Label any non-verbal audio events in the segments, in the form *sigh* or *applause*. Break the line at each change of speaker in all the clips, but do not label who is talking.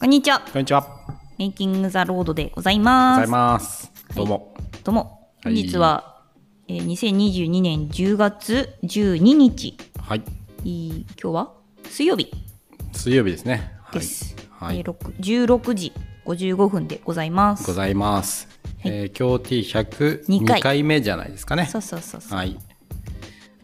こんにちは。
こんにちは。ご
メイキングザロードでございます。
ざいます。どうも。
どうも。
は
本
い
日は、えー2022年10月12日。
はい。
いい今日は水曜日
水曜日ですね。は
で
い
す。
はい。
えー六16時55分でございます。
ございます。
はい
えー、今日 T102
二回
回目じゃないですかね。
そうそうそうそう。
はい。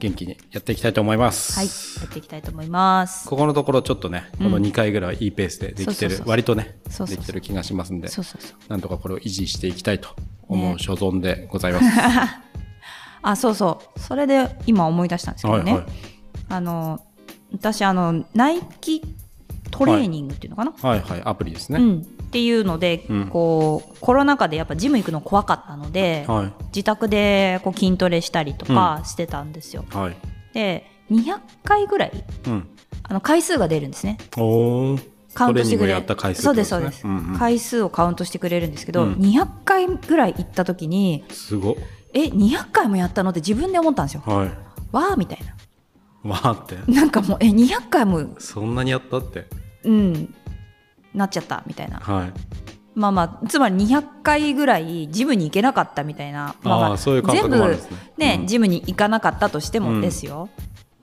元気にやっていきたいと思います。
はい。やっていきたいと思います。
ここのところちょっとね、この2回ぐらいいいペースででき
そうそ
て
う
る、
そう
割とね
そうそうそう
できてる気がしますんで、
そうそうそう。
なんとかこれを維持していきたいと思
ね
う所存でございます。
あ、そうそう。それで今思い出したんですけどね。
はいはい
あの、私、あの、ナイキトレーニングっていうのかな、
はいはい、アプリですね。
うん、っていうので、
うん
こうコロナ禍でやっぱジム行くの怖かったので、
は
自宅でこう筋トレしたりとかしてたんですよ。
い。はい。
で200回ぐらい
うん。
あの回数が出るんですね。
おー。
カウントしてく
トレーニング
れ
やった回数って
そ
こ
う
と
で
ですす
そう
ね
です、
うんうん
回数をカウントしてくれるんですけど、
うん
200回ぐらい行った時に
すごっ。
え200回もやったのって自分で思ったんですよ。
はい。
わーみたいな。
わーって
なんかもうえ200回も
そんなにやったって
うんなっちゃったみたいな。
はい
まあまあつまり200回ぐらいジムに行けなかったみたいな、まま
あーそういう感覚もあるんですね
全部ね、
うん
ジムに行かなかったとして
う
も
ん
ですよ、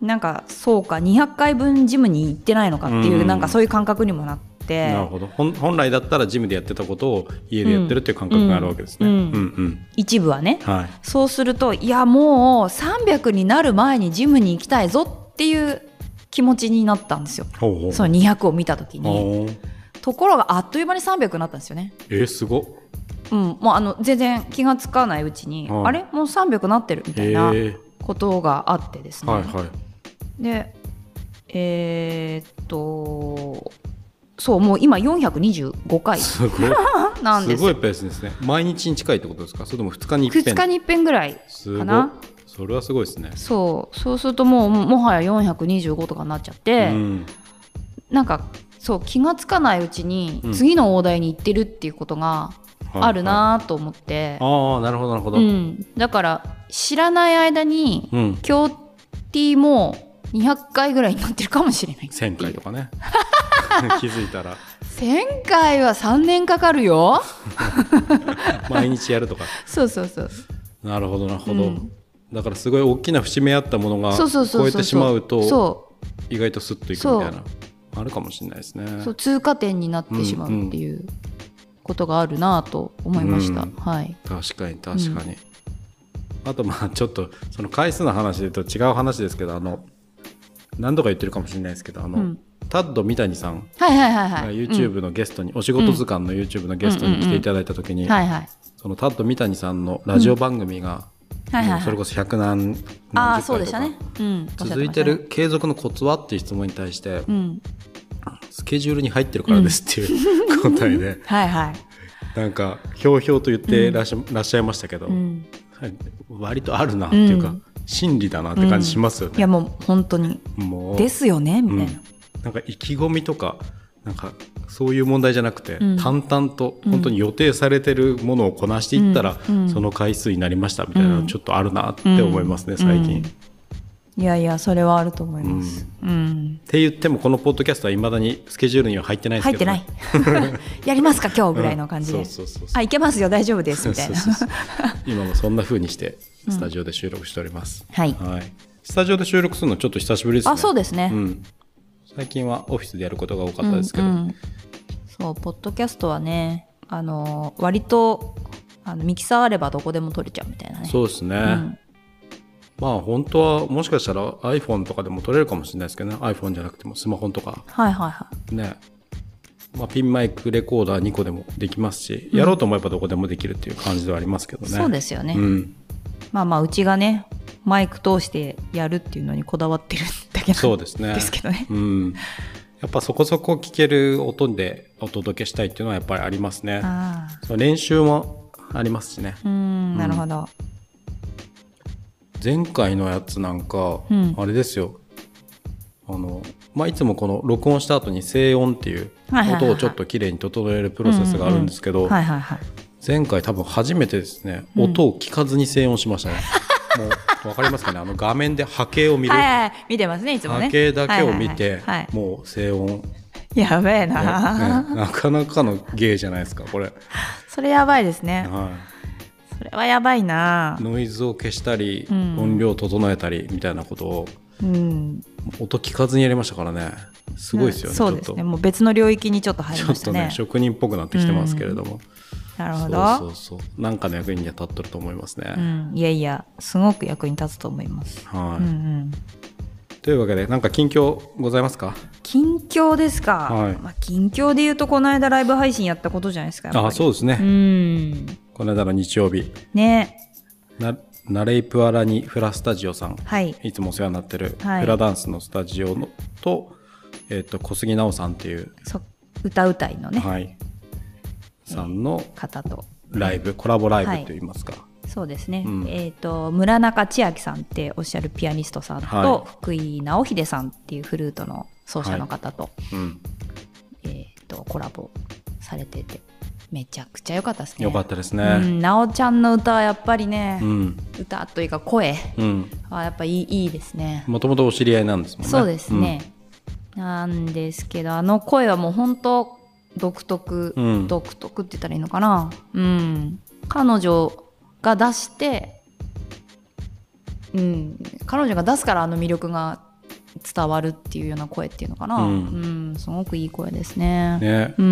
なんかそうか200回分ジムに行ってないのかっていう、
うん
なんかそういう感覚にもなって
なるほど本本来だったらジムでやってたことを家でやってるっていう感覚があるわけですね、
う
うんん、
う
うんん
一部はね
はい
そうするといやもう300になる前にジムに行きたいぞっていう気持ちになったんですよ
ほうほう
その200を見た時に
おー
ところがあっという間に300になったんですよね
えー、すごっ
うん、もうあの全然気がつかないうちに、
はい
あれもう300なってるみたい
え
な
ー、
ことがあってですね、
はいはい
でえーっとそうもう今425回
*laughs* すごい
なんです
すご
よ
いペースですね毎日に近いってことですかそれとも2日に
2
一遍
日に一遍ぐらい
すご
か
い
な
それはすごいですね
そうそうするともうももはや425とかになっちゃって、
うん、
なんかそう気がつかないうちに
うん
次の大台に行ってるっていうことがある
はいはい
なと思って、
ああなるほどなるほど、
うん、だから知らない間に
うん
今日 T も200回ぐらいになってるかもしれない
1000回とか
*laughs*
ね気づいたら
1000回は3年かかるよ
毎日やるとか
そうそうそう
なるほどなるほど、
うん
だからすごい大きな節目あったものが
そうそうそうそう
超えてしまうと
そ
意外とスッといくみたいなあるかもしれないですね
うそう通過点になってしまうっていうことがあるなぁと思いました、
うん
はい
確かに確かに、あとまあちょっとその回数の話で言うと違う話ですけどあの何度か言ってるかもしれないですけどあの、
うん
タッド三谷さん
はいはいはいは
が
い
YouTube のゲストに、お仕事図鑑の YouTube のゲストに来ていただいた時に、
うんはいはい
そのタッド三谷さんのラジオ番組が、
はいはい
もうそれこそ100何何十回とか
ああそうでしたね、うん、おっしゃっましたね
続いてる継続のコツはっていう質問に対して、
うん
スケジュールに入ってるからですっていう答えで、
はいはい
なんかひょうひょうと言ってらっしゃ,、らっしゃいましたけど、
うん
はい割とあるなっていうか、
うん
真理だなって感じしますよ
い
ね
や。もう本当に
もう
ですよねみ
うん
たいな、
なんか意気込みとかなんかそういう問題じゃなくて、
うん
淡々と本当に予定されてるものをこなしていったら、
うんうん
その回数になりましたみたいな
う
の
ん
ちょっとあるなって思いますね、最近。
うん
っ
いやいやそれはあると思います、うん、
て言ってもこのポッドキャストはいまだにスケジュールには入ってないです
入っ
け
て
どね、
ない
*laughs*
やりますか今日ぐらいの感じで、
うんそうそうそうそう
あいけますよ大丈夫ですみたいな
そうそうそうそう今もそんな風にしてスタジオで収録しております、
はい
スタジオで収録するのちょっと久しぶりですね
あそうですね
うん、最近はオフィスでやることが多かったです
う
けど、
んうんそうポッドキャストはねあの割とあのミキサーあればどこでも撮れちゃうみたいなね
そうですね、
うん
まあ本当はもしかしたら iPhone とかでも撮れるかもしれないですけどね iPhone じゃなくてもスマホとか
はいはいはい
ね、まあ、ピンマイクレコーダー2個でもできますし、やろうと思えばどこでもできるっていう感じではありますけどね
そうですよね、
うん、
まあまあうちがねマイク通してやるっていうのにこだわってるだけなん
そうですね
ですけどね
うん、やっぱそこそこ聞ける音でお届けしたいっていうのはやっぱりありますね
ああ
その練習もありますしね
うんなるほど、
前回のやつなんか、
うん
あれですよあの、まあ、いつもこの録音した後に静音っていう
はいはいはいはい
音をちょっときれいに整えるプロセスがあるんですけ
は
ど
いはいはい
前回多分初めてですね
うん
音を聞かずに静音しましたね、もう分かりますかねあの画面で波形を見る
はいはい見てますねいつもね
波形だけを見
はい
て
はいはいはい
もう静音
やべえな、
ねなかなかの芸じゃないですかこれ、
それやばいですね、
は、
それはやばいない
ノイズを消したり、
うん
音量を整えたりみたいなことを
うん
音聞かずにやりましたからねすごいですよね、
そうで
ちょ
す
っ
ね
と
もう別の領域にちょっと入
ち
り
ょ
ま
っ
した
とね
ね
職人っぽくなってきてますけれども、
なるほど
そうそうそうなんかの役には立っとると思いますね、
うん、いやいやすごく役に立つと思います、
はい、
うんうん
というわけでなんか近況ございますか
近況ですか、
はい
まあ、近況で言うとこの間ライブ配信やったことじゃないですかやっぱり
あそうですね、
うん
この間の日曜日
ね
なナレイプアラニフラスタジオさん
はい
いつもお世話になってるフ
はい
ラダンスのスタジオのと,、えっと小杉奈緒さんっていう、
そ歌うたいのね、
はい、さんの
方と
ライブ、コラボライブ
はい
といいますか、
そうですね、
うん
えっ、と村中千秋さんっておっしゃるピアニストさんと、
はい
福井直秀さんっていうフルートの奏者の方と,、
うん、
えっとコラボされててめちゃくちゃ良かったですね
よかったです
う
ね
ん、なおちゃんの歌はやっぱりね、
うん
歌というか声
うん
はやっぱいいいいですね
もともとお知り合いなんですもんね
そうですね、なんですけどあの声はもう本当独特、
うん
独特って言ったらいいのかなうん彼女が出してうん彼女が出すからあの魅力が伝わるっていうような声っていうのかな
う
うんん、すごくいい声ですね
うんね
う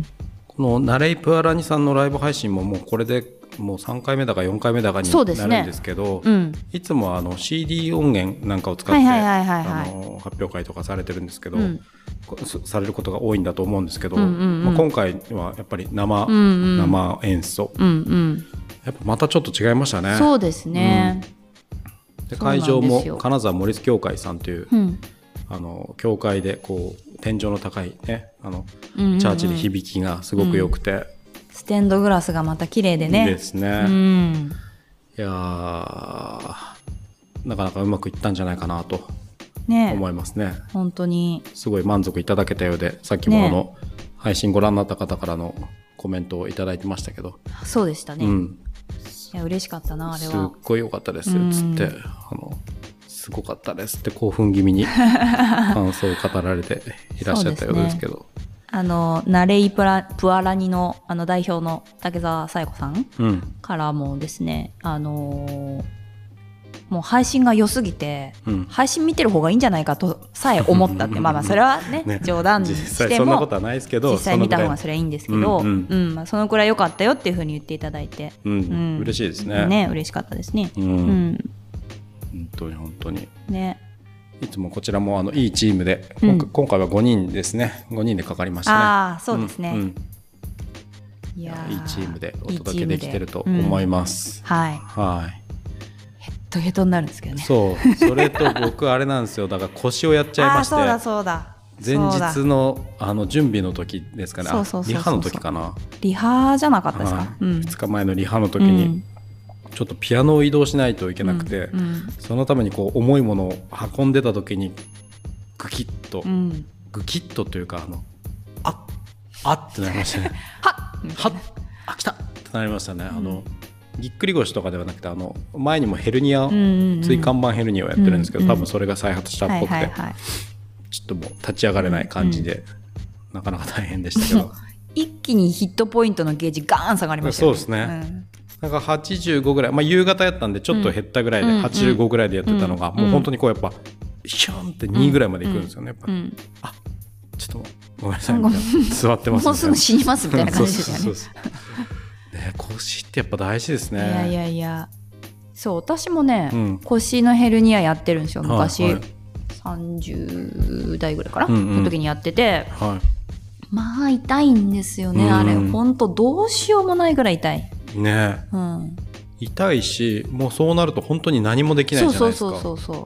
ん
このナレイプアラニさんのライブ配信ももうこれでもう3回目だか4回目だかに
そ
な
うですね
るんですけど
うん
いつもあの CD 音源なんかを使っ
は
て
いはいはいはい
あ
はい
の発表会とかされてるんですけど、
うん
こそされることが多いんだと思うんですけど、
うんうんうん
まあ、今回はやっぱり生、
うんうん
生演奏
うんうん
やっぱまたちょっと違いましたね
そうですね、
で
そうなん
会
ですよ
場も金沢森津教会さんという、
うん
あの教会でこう天井の高いねあの
うんうんうん
チャーチで響きがすごく良くて、
ステンドグラスがまた綺麗でね
いいですね、
うん
いやーなかなかうまくいったんじゃないかなと
ね
思いますね。
本当に
すごい満足いただけたようで、さっきもあの、配信ご覧になった方からのコメントをいただいてましたけど、
そうでしたね、
う
い
ん、
や嬉しかったなあれ
すっ
は
ごい良かったですよ
うん
つって、あのすごかったですって興奮気味に感想を語られていらっしゃったようですけど、
あのナレイプラプアラニのあの代表の竹澤紗友子さん
うん、
からもですねあのーもう配信が良すぎて、
うん
配信見てる方がいいんじゃないかとさえ思ったって
*laughs*
まあまあそれはね
ね
冗談に
実
し
際
て
そんな
も
ことはないですけど、
実際見た方が
そ
そ
の
れはいいんですけど
うんうん
うんまあそのくらい良かったよっていうふうに言っていただいて、
ぐらい、うん、嬉しいですね。
ね嬉しかったですね、
う、
うんん
本当に本当に。
ね
いつもこちらもあのいいチームで、
うん
今回今回は5人ですね5人でかかりましたね。
ああそうですね、
んん
いや
い
ー
いチームでお
いい
届
チ
け
ーム
できてると思い
うん
ます。
はい
はい。
ヘッドヘッドになるんですけどね
そう、それと僕あれなんですよ。だから腰をやっちゃいまして、
あーそうだそうだ
前
そうだ
日のあの準備の時ですかね。
そうそうそうそう
あリハの時かな。
リハじゃなかったですか、
は
う
い。
ん
2日前のリハの時にちょっとピアノを移動しないといけなくて、
うんうん
そのためにこう重いものを運んでた時にグキッと、
うん
グキッとというかあのああってなりまし
*laughs*
たね。
はっ
はっあ来たってなりましたね、あのぎっくり腰とかではなくてあの前にもヘルニア、
うんうんうん
椎間板ヘルニアをやってるんですけど、
うんうん
多分それが再発したっ
はい
ぽくて、
はいはい
ちょっともう立ち上がれない感じで、なかなか大変でし
*laughs*
たけど
一気にヒットポイントのゲージガーン下がりましたよ
そうですなんか85ぐらい、まあ、夕方やったんでちょっと減ったぐらいで、
うんうん
85ぐらいでやってたのが、もう本当にこうやっぱシューンって2ぐらいまでいくんですよね、やっぱ
う
り
ん
ちょっともうごめんなさいみたいな座って
う
ま
ん
すみたいな
もうすぐ死にますみたいな感じですよ
そ
ね
うそうそうそうね腰ってやっぱ大事ですね
いやいやいやそう私もね、
うん
腰のヘルニアやってるんですよ昔、
はいはい
30代ぐらいかな、
うんうん
の時にやってて
はい
まあ痛いんですよね、
うん
あれほんとどうしようもないぐらい痛い、
ね
うん、
痛いしもうそうなると本当に何もできないじ
そ
ゃ
う
ない
そう
ですか
そうそうそ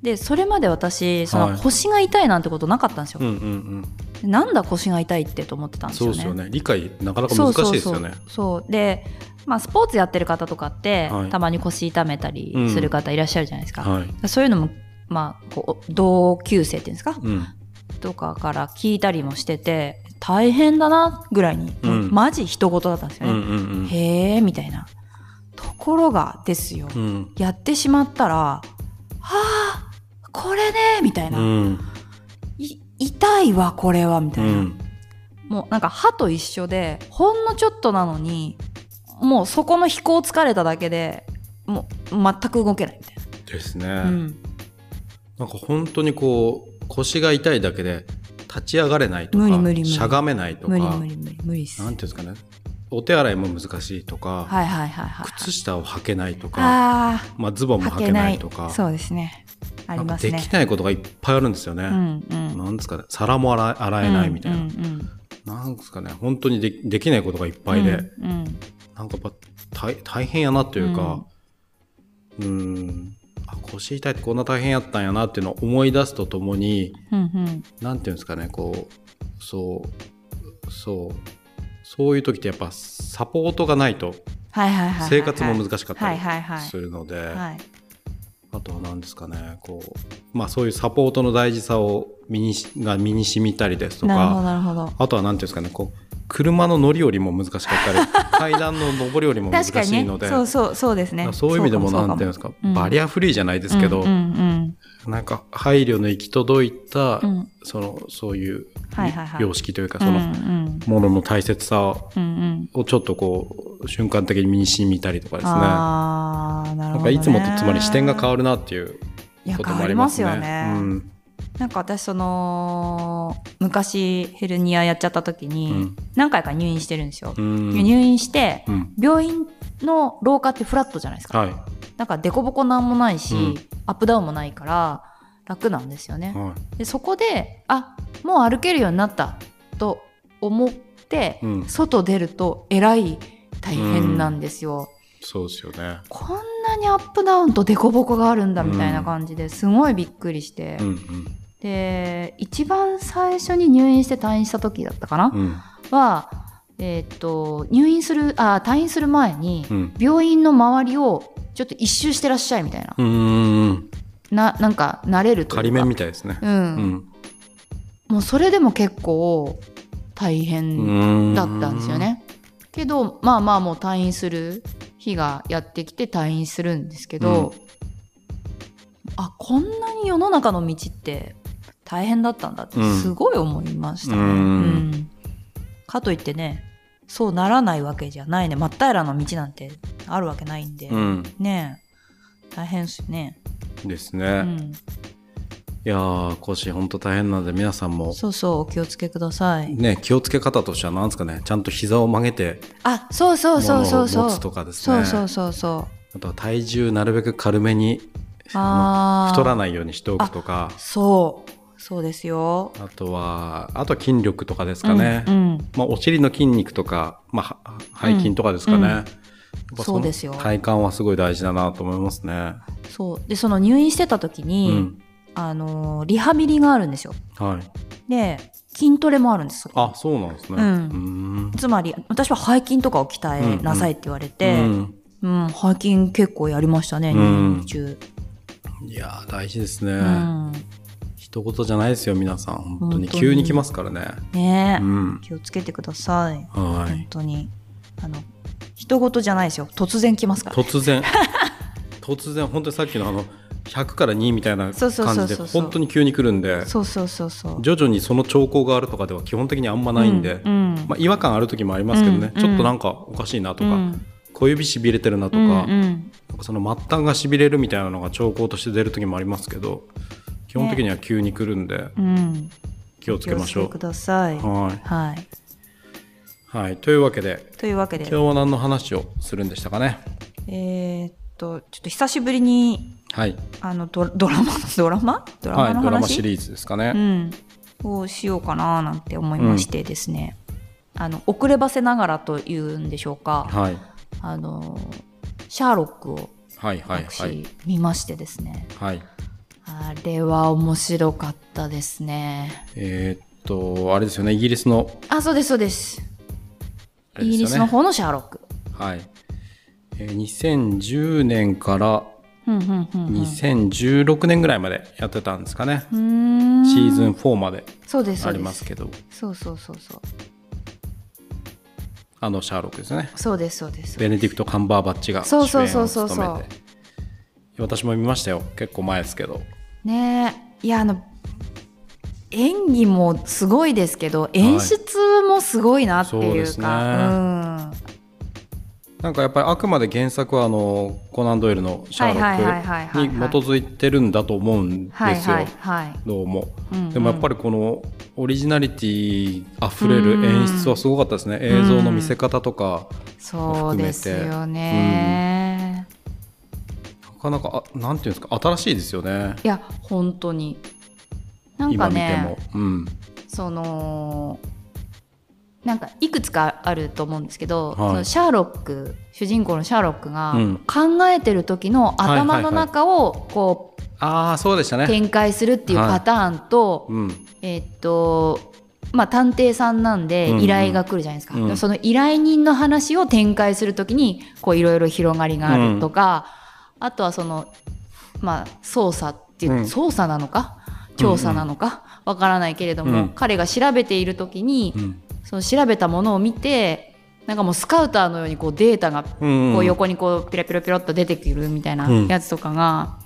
うでそれまで私そ
はい
の腰が痛いなんてことなかったんですよ、
うんうんうん
なんだ腰が痛いってと思ってたんです
そう
よ
ですよ
ね
ね理解なかなか
そ
難
う
しい
そうそ
ですよ
う
ね
そうでまあスポーツやってる方とかって、
はい
たまに腰痛めたりする方いらっしゃるじゃないですか、
はい
そういうのもまあこう同級生っていうんですか
うん
とかから聞いたりもしてて大変だなぐらいに、もう
うん
マジ人事だったんです
う
よ
んう
ね、
ん
へえみたいなところがですよ、
うんうん
やってしまったら「はあこれね」みたいな、
うん
い痛痛いわこれはみた
う
いな、
ん
もうなんか歯と一緒でほんのちょっとなのにもうそこの飛行疲れただけでもう全く動けないみたい
ですね、
な、うん、
なんか本当にこう腰が痛いだけで立ち上がれないとか
無理無理無理
しゃがめないとか
無理無理無理無理っす
な
は
ん
い
ていうんですかねお手洗いも難しいとか、
はいはいはい
靴下を履けないとか
あ
まあ、ズボン
あ
も
履
履
け
け
な
ないいとか
そうですねあり
なんか
ます
で
ね
きないことがいっぱいあるんですよね。
うんうん
なんですかね皿も洗え洗えないみたいな、
うんうん
なんですかね本当にでできないことがいっ
う
ぱ
ん、
いで、
うんうん
なんかやっぱ大大変やなというかうーんあ腰痛いってこんな大変やったんやなっていうのを思い出すとともに
うんうん
なんていうんですかねこうそうそうそういう時ってやっぱサポートがないと
はいはいはいはいはい
生活も難しかったり
はいはいはい
するので、
はい
あとは何ですかねこう、まあ、そういうサポートの大事さを身にしが身にしみたりですと
なるほど
か
なるほど
あとは何ていうんですかねこう車の乗り降りも難しかった
*laughs*
り階段の上り降りも難
確か
しい
に
の
ね
で
そうそうそうですね
そういう意味でも
そか
何ていうん
そ
ですか
うん
バリアフリーじゃないで
う
すけど、
かもうん
なんか配慮の行き届いた、
うんうん
そのそういう
はいはいはい
様式というか、
うんうん
そのものの大切さ
うんうん
をちょっとこう瞬間的に身にしみたりとかですね
ああなる
なん
ほ
か
ど
いつもとつまり視点が変
わ
わるなっていう
いや
こと
変
も
わ
あ
り
り
ま
ますす
よ
ね。
ね、
うん
なんか私その昔ヘルニアやっちゃった時に、
うん
何回か入院してるんですよ、
うん
入院して
うん
病院の廊下ってフラットじゃないですか、
はい、
なんか凸凹なんもないし、
うん
アップダウンもないから楽なんですよね、
は
でそこであもう歩けるようになったと思って、
うん
外出るとえらい大変なんですよ、
い、そうですよね。
こんなにアップダウンと凸凹があるんだみたいな感じですごいびっくりして、
うん
で一番最初に入院して退院した時だったかな、
うんうん
は、えーっと入院するあ退院する前に
うん
病院の周りをちょっと一周してらっしゃいみたいな、
うんうんうん
ななんか慣れるというか
仮面みたいですね。
うん
うん
もうそれでも結構大変
うん
だったんですよ。ね、けどまあまあもう退院する日がやってきて退院するんですけど、あこんなに世の中の道って大変だったんだって
うん
すごい思いましたね、
うん
うんかといってねそうならないわけじゃないね真っ平らな道なんてあるわけないんで、
うん、
ねえ大変っすよね、
です
う
ね。い
ん、
やー腰本当大変なので皆さんも
そうそうお気をつけください
ね気をつけ方としてはなんですかねちゃんと膝を曲げて
あそうそうそうそう
物
そ
を
う
持つとかです
そ
ね。
うそうそうそう
あとは体重なるべく軽めに
あー
太らないようにしておくとか。
そうそうですよ
あとは、あとは筋力とかですかね。
うんうん
まあ、お尻の筋肉とか、まあ、は背筋とかですかね。
うんうん
やっぱの
そうですよ
体幹はすごい大事だなと思いますね。
そうでその入院してた時
う
に、
ん。
あのーリハビリがあるんですよ
はい。
で筋トレもあるんです
あ、そうなんですね。
うん
ーん
つまり私は背筋とかを鍛えなさいって言われて、うん
うん
背筋結構やりましたね
う
入
ん
院中、
いやー、大事ですね。
うん
一言じゃないですよ、皆さん。本当
本
に。
当に
急に来ますからね。
ねえ、
うん。
気をつけてください、
は
本
い。
当にあの人事じゃないですよ突然来ますから
突然。 *laughs* 突然、本当にさっきのあの、100から2みたいな
そ
感
うそうそうそう
じで、本当に急に来るんで、
そうそうそうそう
徐々にその兆候があるとかでは基本的にあんまないんで、
うんうん
まあ、違和感ある時もありますけどね、
うん
ちょっとなんかおかしいなとか、
うん
小指しびれてるなとか,、
うんうん
なんかその末端がしびれるみたいなのが兆候として出る時もありますけど基本的には急に来るんで、
うん、
気をつけましょ
気をつけく。
う
ださい。は。
はいはい、というわけで
というわけで、
今日は何の話をするんでしたかね
えーっと、ちょっと久しぶりに、
はい、
あの、ドドラマ、 *laughs* ドラマドラ
は
マ
い、
の
ドラマ
話、
シリーズですかね。
うん。をしようかななんて思いましてですね。あの、遅ればせながらというんでしょうか。
はい、
あの、シャーロックを
はいはい
私、
はい
見ましてですね。
はい。
あれは面白かったですね。
えーっとあれですよねイギリスの
あ、そうです、そうです。
あれ
イギ
ですよね
リスの方のシャーロック。
はい、えー2010年から
うん、うん、うんうん。
2016年ぐらいまでやってたんですかね、
うーん
シーズン4まで
そうですそ
あ
う
り
で
ます
す
けど
そうそうそうそう
あのシャーロックですね
そうですそうです
ベネディクト・カンバーバッチが主演
そう
を
そう
務めて
そうそうそう
私も見ましたよ結構前ですけど
ねえいやあの演技もすごいですけど演出もすごいなって
そう
い
で
う
す
か、
ねなんかやっぱりあくまで原作はあのコナンドイルの「シャーロ
はいはいはいはい
ッ
は
ク」
い
に基づいてるんだと思うんです
うん、はいはい
よ
はい、
どうも。
うんうん
でもやっぱりこのオリジナリティあふれる演出はすごかったですね
ん
映像の見せ方とか
そうですよね、
なかなかあなんていうんですか新しいですよね
いや本当になんか
今見て
ね
も。うん
そのなんかいくつかあると思うんですけど、
はい
そのシャーロック主人公のシャーロックが
うん
考えてる時の頭の中をこ
ああそうでした
う
ね。
展開するっていう
はい
パターンと、
うん
えっとまあ探偵さんなんで
うんうん
依頼が来るじゃないですか、
うん
でもその依頼人の話を展開する時にこういろいろ広がりがあるとか、あとはそのまあ捜査っていう、
うん
捜査なのか調査なのかわからないけれども、
うん
彼が調べている時に、
うん
その調べたものを見てなんかもうスカウターのようにこうデータが
うん
こう横にこうピラピラピラっと出てくるみたいな
うん
やつとかが、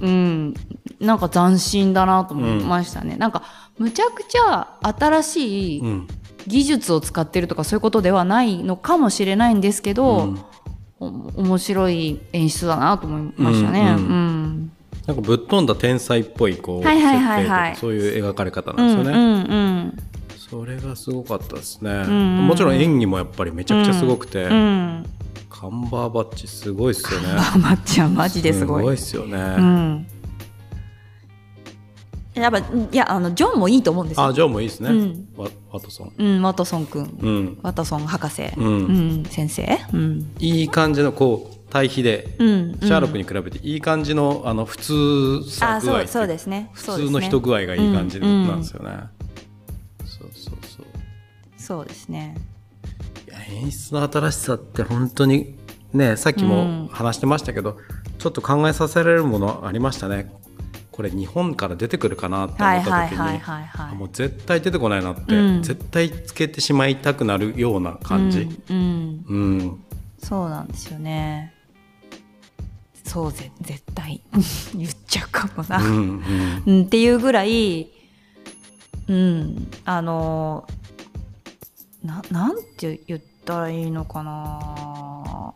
うんなんか斬新だなと思いましたね、なんかむちゃくちゃ新し
う
い
ん
技術を使ってるとかそういうことではないのかもしれないんですけど、
うん
お面白い演出だなと思いましたね。
うんう
うん
なんかぶっ飛んだ天才っぽいこう、
はいはいはいはい
設定とかそういう描かれ方
う
なんん
う
です
ん
よね。
うん
それがすごかったですね、
んうん
もちろん演技もやっぱりめちゃくちゃすごくて、
うん
カンバーバッチすごいっすよね
まあまっちゃん *laughs* マジですごい
すごいっすよね、
うん、やっぱいやあのジョンもいいと思うんです
あ
よ。
ジョーもいいですね、
うん
ワワトソン
うん、ワトソン君、
うん
ワトソン博士、
うん
うん先生、うん
いい感じのこう対比で、
うん、うん
シャーロックに比べていい感じのあの普通さ
あ
具
そ
合っていうか
そうですね。
普
そうで
通
す
の
ね
人具合がいい感じ
うんうん
なんですよね、そうそうそう
そうですね。
いや演出の新しさって本当にねさっき
うん
も話してましたけど、ちょっと考えさせられるものありましたねこれ日本から出てくるかなって
は
思
いは
った
い
時
はい
に
はいは
あ
い。
もう絶対出てこないなって、
うん
絶対つけてしまいたくなるような感じ、
うん、うん
うん
そうなんですよね。そうぜ絶対 *laughs* 言っちゃうかもな。
うんうん
うん、っていうぐらい、うん、あのななんて言ったらいいのかな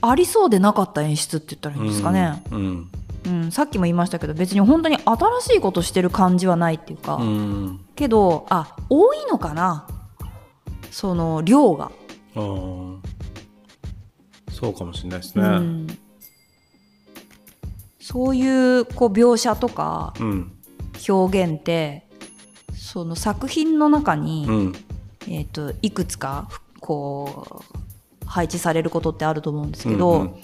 ありそうでなかった演出って言ったらいいんですかね、
うん
うんさっきも言いましたけど別に本当に新しいことしてる感じはないっていうか、
うん
けどあ多いのかなその量が、
あーそうかもしれないですね、
う
うん
ん、そういうこう描写とか
うん
表現ってその作品の中に、えー、といくつかふこう配置されることってあると思うんですけど、
うんうん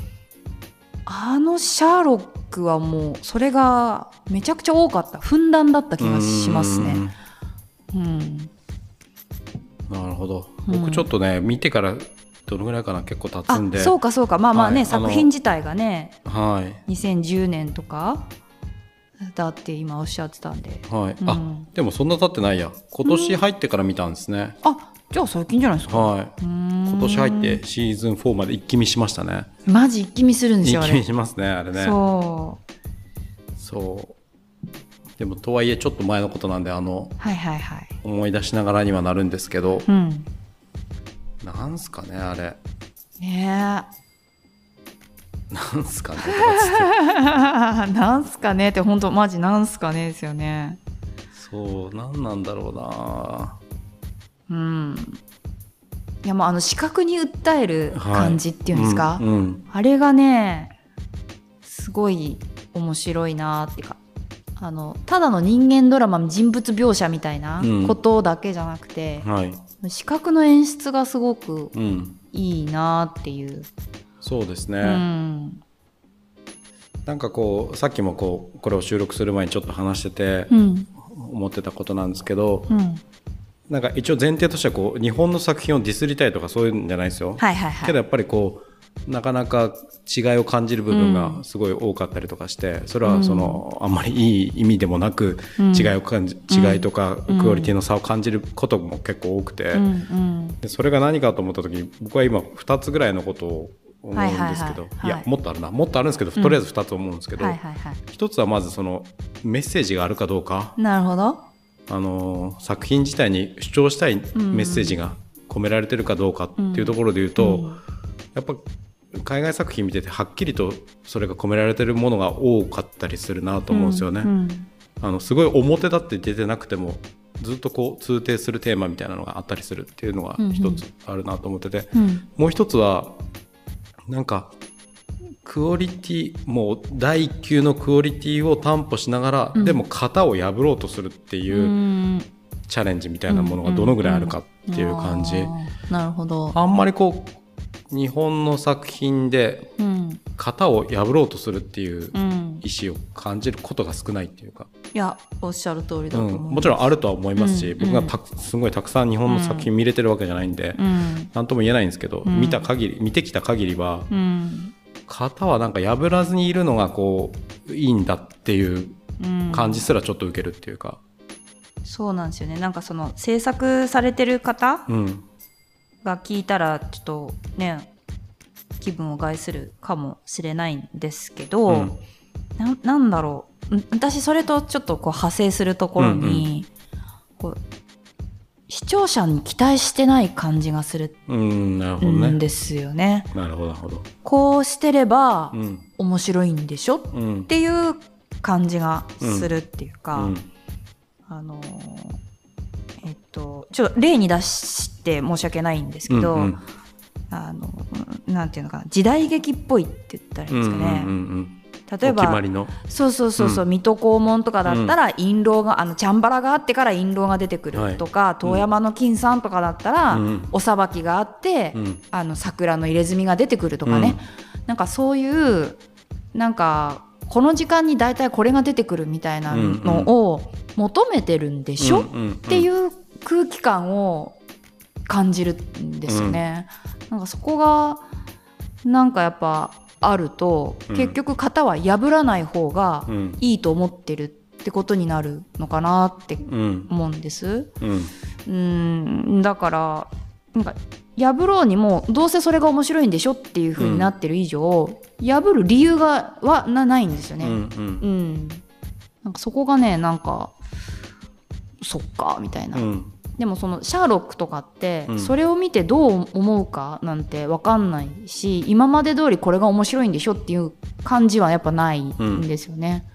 あのシャーロックはもうそれがめちゃくちゃ多かったふんだんだった気がします
うん
ね。うん
なるほど
うん
僕ちょっとね、見てからどのぐらいかな結構経つ
あ
んで
そうかそうかまあまあね、
はい
作
あの
品自体がね
はい
2010年とかだって今おっしゃってたんで
はい、
うん
あでもそんな経ってないや今年入ってから見たんですね、
あじゃあ最近じゃないですか
はい今
今
年入ってシーズン4まで一気見しましたね
マジ一気見するんです
一
よあ
気
れ
見しますねあれね
そう
そうでもとはいえちょっと前のことなんであの
はいはいはい
思い出しながらにはなるんですけど
うん
なんすかねあれ
ねえ *laughs*
なんすかねとか
なんすかねって本当マジなんすかねですよね。 *laughs*
つってそうなんなんだろうな
うん。いやもうあの視覚に訴える感じっていうんですか、
うんうん
あれがねすごい面白いなっていうかあのただの人間ドラマの人物描写みたいな
うん
ことだけじゃなくて、
はい
視覚の演出がすごく
うん
いいなっていう。
そうですね、
うん。
なんかこうさっきもこうこれを収録する前にちょっと話してて
うん。
思ってたことなんですけど、
うん。
なんか一応前提としてはこう日本の作品をディスりたいとかそういうんじゃないですよ、
はいはいは
け
い。
どやっぱりこうなかなか違いを感じる部分がすごい多かったりとかして、それはその、あんまりいい意味でもなく、
うん
違いを感じ
うん
違いとかクオリティの差を感じることも結構多くて、
うんうん。
でそれが何かと思った時に僕は今2つぐらいのことを思うんですけど、
はいいはいはいはい
やもっとあるなもっとあるんですけど、とりあえず2つ思うんですけど、
はいはいはい。
一つはまずそのメッセージがあるかどうか
なるほど。
あのー作品自体に主張したいメッセージが込められてるかどうかっていうところで言うと、
うん
やっぱ海外作品見ててはっきりとそれが込められてるものが多かったりするなと思うんですよね。
うん
あのすごい表立って出てなくてもずっとこう通底するテーマみたいなのがあったりするっていうのが一つあるなと思ってて、
うん
もう一つはなんかクオリティもう第一級のクオリティを担保しながら、
うん
でも型を破ろうとするっていうううんチャレンジみたいなものがどのぐらいあるかっていう感じ、
あーなるほど、
あんまりこう日本の作品で
うん
型を破ろうとするっていう
うん、い
意思を感じることが少ないっていうか、
やおっしゃる通りだと
うん、
思う、
もちろんあるとは思いますし、
うん
僕がたくすごいたくさん日本の作品見れてるわけじゃないんで、
うん
なんとも言えないんですけど、
うん
見た限り見てきた限りは
うん
型はなんか破らずにいるのがこういいんだっていう
うん、
感じすらちょっと受けるっていうか、
そうなんですよねなんかその制作されてる方
うん、
が聞いたらちょっとね気分を害するかもしれないんですけど、
うん
ななんだろうん私それとちょっとこう派生するところに、こう視聴者に期待してない感じがする
うん、なるほどね、
んですよね。
なるほどなるほど、
こうしてれば
うん
面白いんでしょっ
うん、
ていう感じがするっていうか、
うん
あのーえっとちょっと例に出して申し訳ないんですけど、
うん
あのなんていうのかな時代劇っぽいって言ったらいい
うん
で
んう
す
ん
か
う
ね、
んうん、
例え
お決ま
ば
りの、
そうそうそうそう、水戸黄門とかだったら印籠があのチャンバラがあってから印籠が出てくるとか、遠山の金さんとかだったら、
うん
お裁きがあって、
うん
あの桜の入れ墨が出てくるとかね、なんかそういうなんかこの時間に大体これが出てくるみたいなのを求めてるんでしょ、
うんうんうん、っ
っていうう空気感を感じるんですよね。なんかそこがなんかやっぱあると、
うん
結局型は破らない方が
ん
いいと思ってるってことになるのかなって
うん
思うんです。
うん
うんだからなんか破ろうにもどうせそれが面白いんでしょっていう風になってる以上、破る理由がはなないんですよ
うん
ね。
う
う
ん
ん、なんかそこがねなんかそっかみたいな、
うん
でもそのシャーロックとかって、
うん
それを見てどう思うかなんて分かんないし今まで通りこれが面白いんでしょっていう感じはやっぱないんですよね。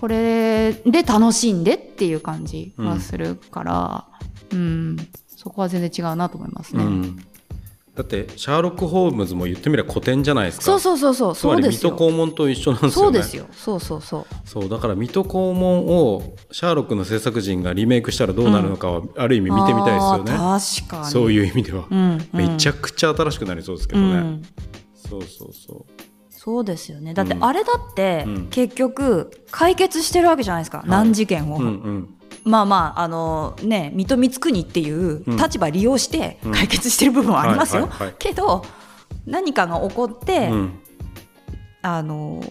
これで楽しんでっていう感じがするから、うんそこは全然違うなと思いますね。
うんだってシャーロック・ホームズも言ってみれば古典じゃないですか
そうそうそうそう
つ
そ
ま
う
り
で
水
す
戸
よ。
黄門と一緒なんです
そ
よ
う
ね
ですよ。そうそうそう。
そうだから水戸黄門をシャーロックの制作陣がリメイクしたらどうなるのかは、ある意味見てみたいですよね
あー確かに。
そう
う。
いう意味では、
ん、
めちゃ
く
くちゃ新しくなりそうですけ
う
どね、
ん、
そうそうそう
そうですよねだって
うん
あれだって
うん
結局解決してるわけじゃないですか、
い
難事件を、
うんうん
まあまああのね水戸光圀っていう立場利用して
うん
解決してる部分はありますよ、
はいはいはい
けど何かが起こって、
うん
あの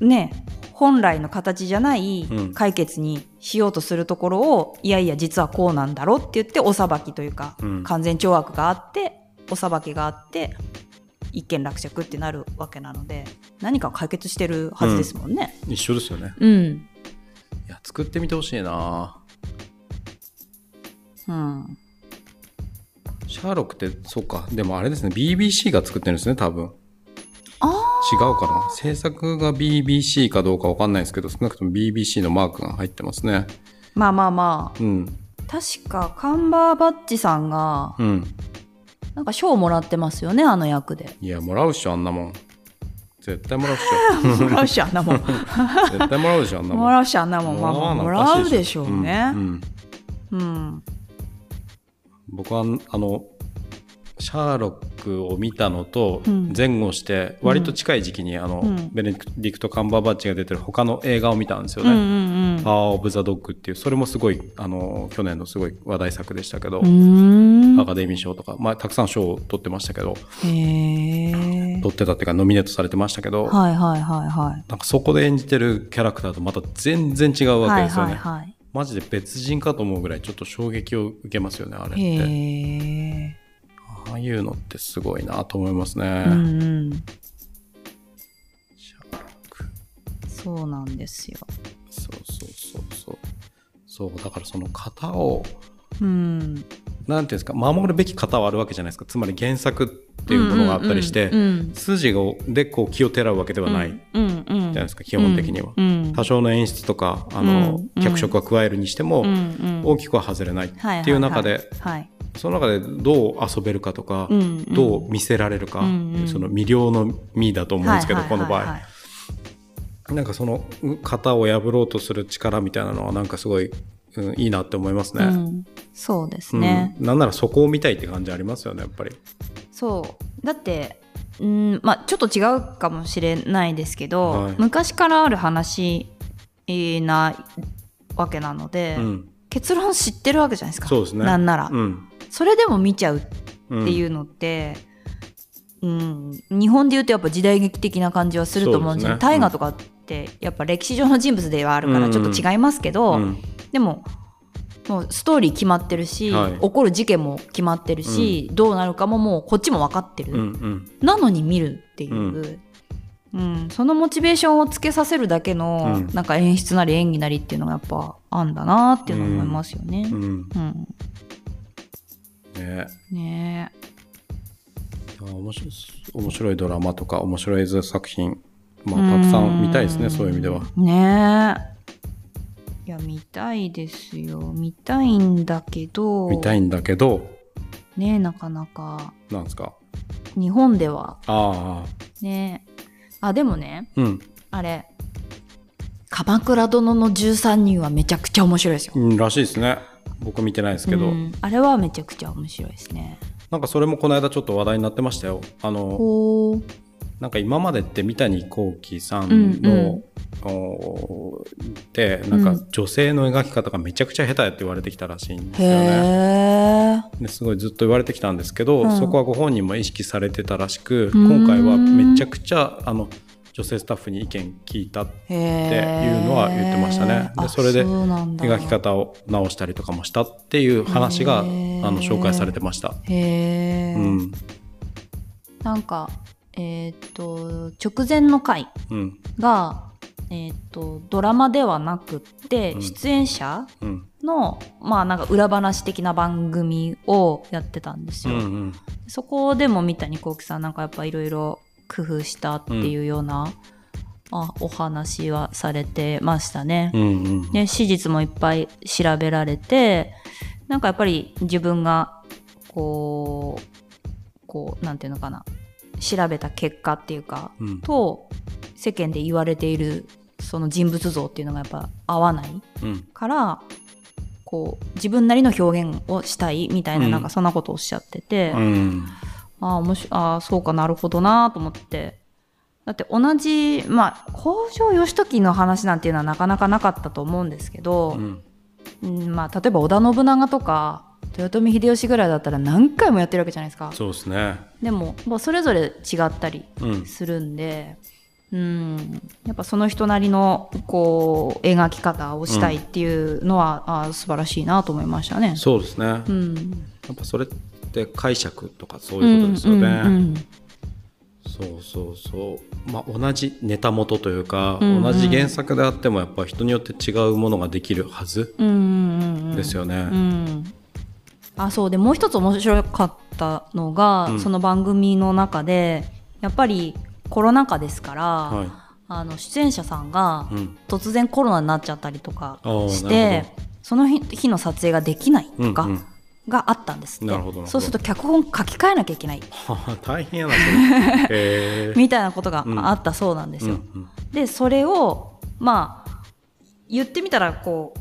ね本来の形じゃない
うん
解決にしようとするところを、いやいや実はこうなんだろうって言ってお裁きというか、
うん
完全懲悪があってお裁きがあって一件落着ってなるわけなので何か解決してるはずですもんね。
一緒ですよね
うん、
いや作ってみてほしいな
うん
シャーロックってそうかでもあれですね BBC が作ってるんですね多分
あ
違うかな制作が BBC かどうかわかんないですけど少なくとも BBC のマークが入ってますね
まあまあまあ
うん
確かカンバーバッジさんが
うん
なんか賞もらってますよねあの役で。
いやもらうっしょあんなもん絶対もらうっし
もらうしあんなもん
*laughs* ょ絶対もらうでしょあんなもん
もらうしあんなもんまあまあも
もらわな
ら
お
う
かしい
でしょうね。
んん
うん
僕はあのシャーロックを見たのと
うん
前後して割と近い時期にあの、
うん
ベネディクト・カンバーバッチが出てる他の映画を見たんですよ
うんう
ね。
ん
パワー・オブ・ザ・ドッグっていうそれもすごいあの去年のすごい話題作でしたけど、
うん。う
アカデミー賞とか、まあ、たくさん賞を取ってましたけど
ーん。へえ。
取ってたっていうかノミネートされてましたけど、
はいはいはいはい。
なんかそこで演じてるキャラクターとまた全然違うわけですよね、
はいはい
マジで別人かと思うぐらいちょっと衝撃を受けますよねあれっ
はい。へ
て
え。
ああいうのってすごいなと思いますね、
うんうん。
シャーロック
そうなんですよ。
そうそうそうそうそうだからその型を
うん、
なんていうんですか守るべき型はあるわけじゃないですかつまり原作っていうものがあったりして、
うんうん
筋をでこう気をてらうわけで
うん、
はないじ
うんうん、じゃ
ゃないですか、基本的には、
うん、
多少の演出とかあの、
うんうん
脚色は加えるにしても、
うんうん
大きくは外れない、
はは
っていう中で、
はい
その中でどう遊べるかとか、
うん
どう見せられるか、
うんうん
その魅了の身だと思うんですけど、
はいはいはい
この場
は
合
い
なんかそのう型を破ろうとする力みたいなのはなんかすごい、うん、いいなって思いますね。
うん、そうですね、
うんなんならそこを見たいって感じありますよねやっぱり。
そうだってうんまあちょっと違うかもしれないですけど、
はい
昔からある話なわけなので、
うん、
結論知ってるわけじゃないですか
そうですね
なんなら、
うん
それでも見ちゃうっ
うん、
ていうのって、うん日本でいうとやっぱ時代劇的な感じはすると思うんですよ
そうですね
大河とかってやっぱ歴史上の人物ではあるからちょっと違いますけど、
うん
でももうストーリー決まってるし、
はい
起こる事件も決まってるし、どうなるかももうこっちも分かってる、
うんうん
なのに見るっていう、
う
うん
ん
そのモチベーションをつけさせるだけの、
うん
なんか演出なり演技なりっていうのがやっぱあんだなっていうのは思いますよね。
う
うん
んね
ねえ
いや面白い面白いドラマとか面白い作品、まあ、たくさん見たいですねそういう意味では。。
んねえいや見たいですよ見たいんだけど
見たいんだけど
ねえなかなか
なんですか
日本では
ああ
ねえあでもね
うん
あれ「鎌倉殿の13人」はめちゃくちゃ面白いですよ。
うんらしいですね僕見てないですけど、
うんあれはめちゃくちゃ面白いですね。
なんかそれもこの間ちょっと話題になってましたよあの
ほう
なんか今までって三谷幸喜さ
うん
ん
うん
の、おーでなんか女性の描き方がめちゃくちゃ下手やって言われてきたらしいんですよね。
へえ。
ですごいずっと言われてきたんですけど、
うん
そこはご本人も意識されてたらしく
ーん
今回はめちゃくちゃあの女性スタッフに意見聞いたって
へ
いうのは言ってましたねで
あ
それで
うなんだ
描き方を直したりとかもしたっていう話があ
へー
の紹介されてました。
へえ、
うん
なんかえーっと直前の回
うん
がえーっとドラマではなくって、
うん
出演者
うん
のまあなんか裏話的な番組をやってたんです
うん
よ。
うん
そこでも三谷幸喜さんなんかやっぱいろいろ工夫したっていうような、あお話はされてましたね。
うんうん
ね、史実もいっぱい調べられてなんかやっぱり自分がこうこうなんていうのかな調べた結果っていうか
うん
と世間で言われているその人物像っていうのがやっぱ合わない
うん
からこう自分なりの表現をしたいみたいな,、
うん
なんかそんなことをおっしゃってて、
うん
ああ、もし、ああ、そうかなるほどなと思って。だって同じ、まあ、北条義時の話なんていうのはなかなかなかったと思うんですけど
う、ん
うんまあ、例えば織田信長とか、豊臣秀吉ぐらいだったら何回もやってるわけじゃないですか。
そうですね。
でも、もうそれぞれ違ったり
うん
するんで、うん、やっぱその人なりの、こう、描き方をしたいっていうのは、ああ素晴らしいなと思いましたね。
そうですね。や
うん。
っぱそれって解釈とかそういうことですよね。
うんうんうん
そうそうそう、まあ、同じネタ元というか、
うんうん
同じ原作であってもやっぱ人によって違うものができるはず
うんうんうんうん
ですよ
う
ね。
ん、あそうでもう一つ面白かったのが、
うん
その番組の中でやっぱりコロナ禍ですから、
は
あの出演者さんが
い、うん、 *laughs*
突然コロナになっちゃったりとか
あーな
して
るほ
その日日の撮影ができないとか、
うんうん
があったんですって
なるほどなるほど
そうすると脚本書き換えなきゃいけない
はあ大変やなそ
*laughs*
れ。えー
みたいなことがあったそうなんです
うん
よ。
うん
でそれをまあ言ってみたらこう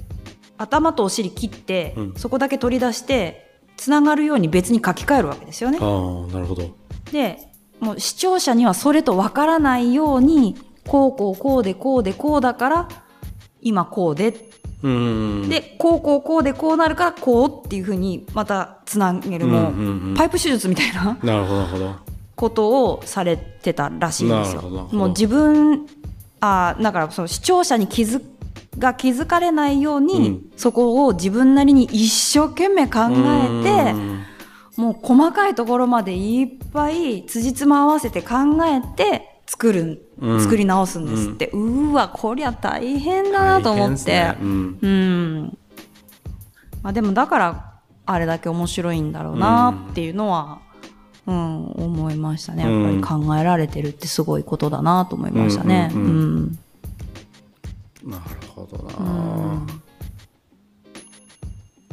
頭とお尻切って、
うん
そこだけ取り出してつながるように別に書き換えるわけですよね。
ああなるほど。
でもう視聴者にはそれとわからないようにこうこうこうでこうでこうだから今こうで、
うんうんうん、
でこうこうこうでこうなるからこうっていうふうにまたつなげる
うんう
もう、
んうん、
パイプ手術みたいな *laughs*
なるほどなるほど。
ことをされてたらしいんですよ。
なるほどなるほど
もう自分あーだからその視聴者に気づが気づかれないように、
うん
そこを自分なりに一生懸命考えて、
うん
もう細かいところまでいっぱい辻褄合わせて考えて作る、
うん
作り直すんですって、うーわこりゃ大変だなと思って、
大変ですねうん
うんまあ、でもだからあれだけ面白いんだろうなっていうのは、うん思いましたねやっぱり考えられてるってすごいことだなと思いましたね。
う
うんん
うんなるほどな、
うん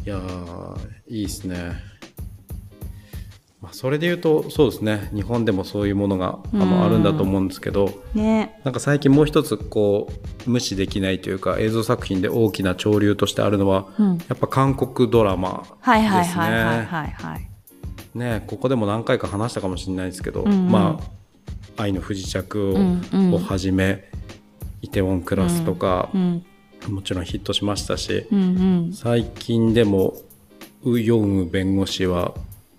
いやーいいですね、まあ、それで言うとそうですね日本でもそういうものがあ
うん
のあるんだと思うんですけど
ね
なんか最近もう一つこう無視できないというか映像作品で大きな潮流としてあるのは
うん、
やっぱ韓国ドラマ
はいはい
ですね
はいはいはいはい。
ねここでも何回か話したかもしれないですけど、
うんうん
まあ「愛の不時着を」
うんうん
をはじめ「イテウォンクラス」とか
う、ん
もちろんヒットしましたし、
うんうん
最近でも「ウ・ヨンウ弁護士は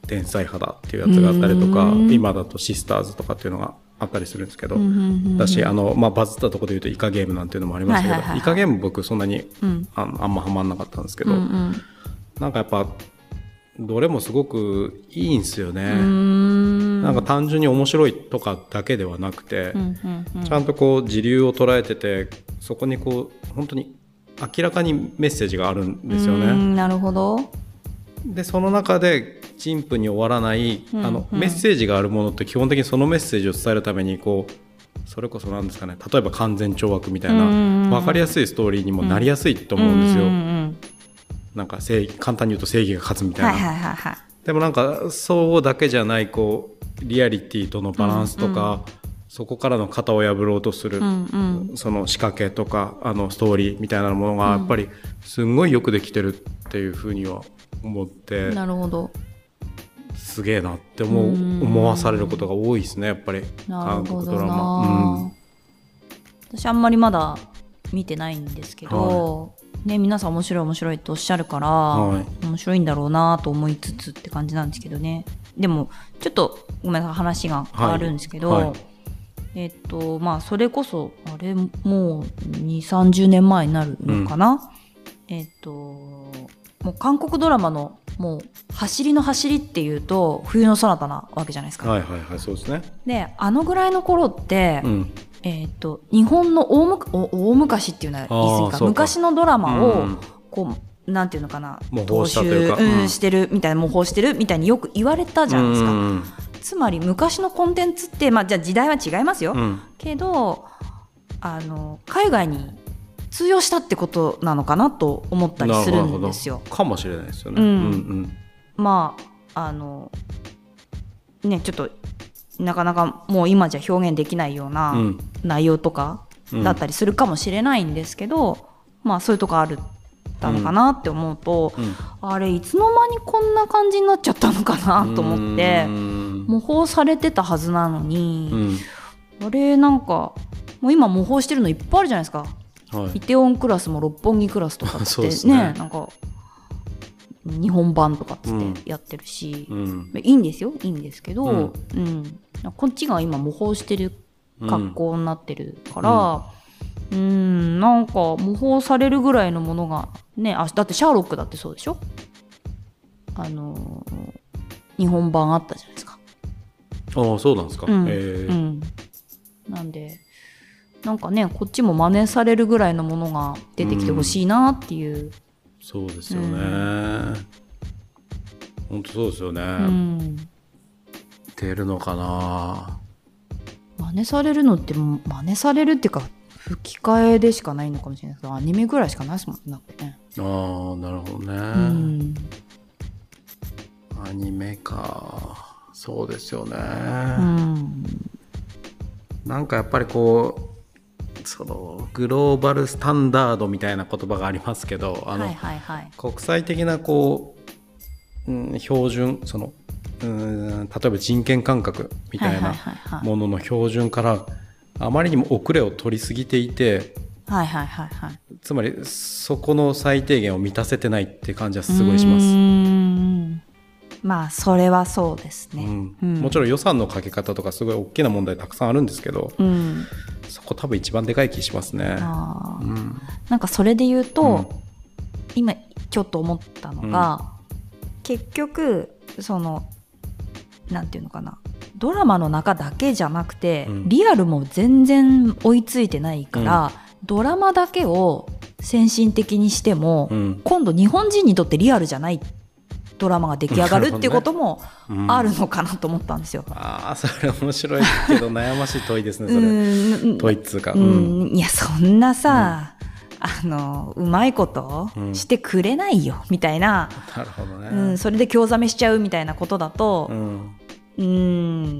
天才派だ」っていうやつがあったりとか、
うん
今だと「シスターズ」とかっていうのがあったりするんですけど、
うんうんうん
だしあの、まあ、バズったところで言うと「イカゲーム」なんていうのもありましたけど、
はいはいはいはい
イカゲーム僕そんなに
うん
あのあんまハマんなかったんですけ
う
ど、
んうん
なんかやっぱどれもすごくいいんですよね。
うーん
なんか単純に面白いとかだけではなくて、
うんうんうん
ちゃんとこう時流を捉えててそこにこう本当に明らかにメッセージがあるんですよ
うー
ね。
んなるほど。
でその中で陳腐に終わらない、
うん
あの
うん
メッセージがあるものって基本的にそのメッセージを伝えるためにこうそれこそ何ですかね例えば完全懲悪みたいな、
うんうんうん
分かりやすいストーリーにもなりやすいと思うんですよ。
んうん
なんか正義簡単に言うと正義が勝つみ
う
た
ん
いな。
はいはいはいはい。
でもなんかそうだけじゃないこうリアリティとのバランスとか、そこからの型を破ろうとする、
うんうん
その仕掛けとかあのストーリーみたいなものがやっぱりすんごいよくできてるっていうふうには思って、
なるほど。
すげえなって思う
うん
思わされることが多いですねやっぱり
な
韓
るほ
国
ど
ドラ
な
マ。うん
私あんまりまだ見てないんですけど、ね、皆さん面白い面白いとおっしゃるから、
は
面白いんだろうなと思いつつって感じなんですけどねでもちょっとごめんなさい話が変わるんですけど、
はいはい
えっとまあそれこそあれもう2 3 0年前になるのかな、えっともう韓国ドラマのもう走りの走りっていうと冬の空だなわけじゃないですか、
はいはいはいそうですね。
であのぐらいの頃って、
うん
えっと日本の大むかお大昔っていうのは言い
あー
過ぎ
そ
か
うか
昔のドラマ
う
を
ん
こうなんていうのかな
模倣したというか
踏襲
うん
うんしてるみたいな模倣してるみたいによく言われたじゃないですか、
うん
つまり昔のコンテンツって、まあ、じゃあ時代は違いますよ、
うん
けどあの海外に通用したってことなのかなと思ったりするんですよ
な。るほどかもしれないですよね。
うん
うん
まああのねちょっとなかなかもう今じゃ表現できないよう
うんう
なん内容とか
うん
だったりするかもしれないんですけど、まあそういうとこあるたのかなって思うと、
うん
あれいつの間にこんな感じになっちゃったのかなと思って
うん
模倣されてたはずなの
う
に、
ん
あれなんかもう今模倣してるのいっぱいあるじゃないですか
は
イ
い、
テオンクラスも六本木クラスとかっ
*laughs* そう
て
っ
ね
すね
なんか日本版とかっつ
うん
ってやってるし、
うん、
いいんですよいいんですけど、
う
うんんこっちが今模倣してる格好になってるから、うん、なんか模倣されるぐらいのものがねあだってシャーロックだってそうでしょあのー日本版あったじゃないですか。
ああそうなんですか、
うん
え
う
ー
ん、なんでなんかねこっちも真似されるぐらいのものが出てきてほしいなっていう、
そうですよね、
う
本当そうですよね、
うん、
出るのかな
真似されるのってもう真似されるっていうか吹き替えでしかないのかもしれないですけどアニメぐらいしかないですもんねだってね。
あーなるほどね、
うん
アニメかそうですよね、
うん
なんかやっぱりこうそのグローバルスタンダードみたいな言葉がありますけどあの、
はいはいはい。
国際的なこう、うん、標準そのうん例えば人権感覚みたい
は
ない
はいはいはい
ものの標準からあまりにも遅れを取りすぎていて
はいはいはいはい。
つまりそこの最低限を満たせてないって感じはすごいします
うー。んまあそれはそうです
う
ね。
ん
うん
もちろん予算のかけ方とかすごい大きな問題たくさんあるんですけど
うん、
そこ多分一番でかい気しますね。
あ
う
ー
ん
なんかそれで言うと、
うん
今ちょっと思ったのが、結局そのなんていうのかなドラマの中だけじゃなくて、
うん
リアルも全然追いついてないから、ドラマだけを先進的にしても、
うん
今度日本人にとってリアルじゃないドラマが出来上がるっていうことも
うん
あるのかなと思ったんですよ。
ああそれ面白いけど悩ましい問いですね
う
それ
ん
問いっつうか、うん
うん、いやそんなさ、あのうまいこと
うん
してくれないよ、みたいな、
なるほどね、
うん、それで興ざめしちゃうみたいなことだと
う、ん
うん、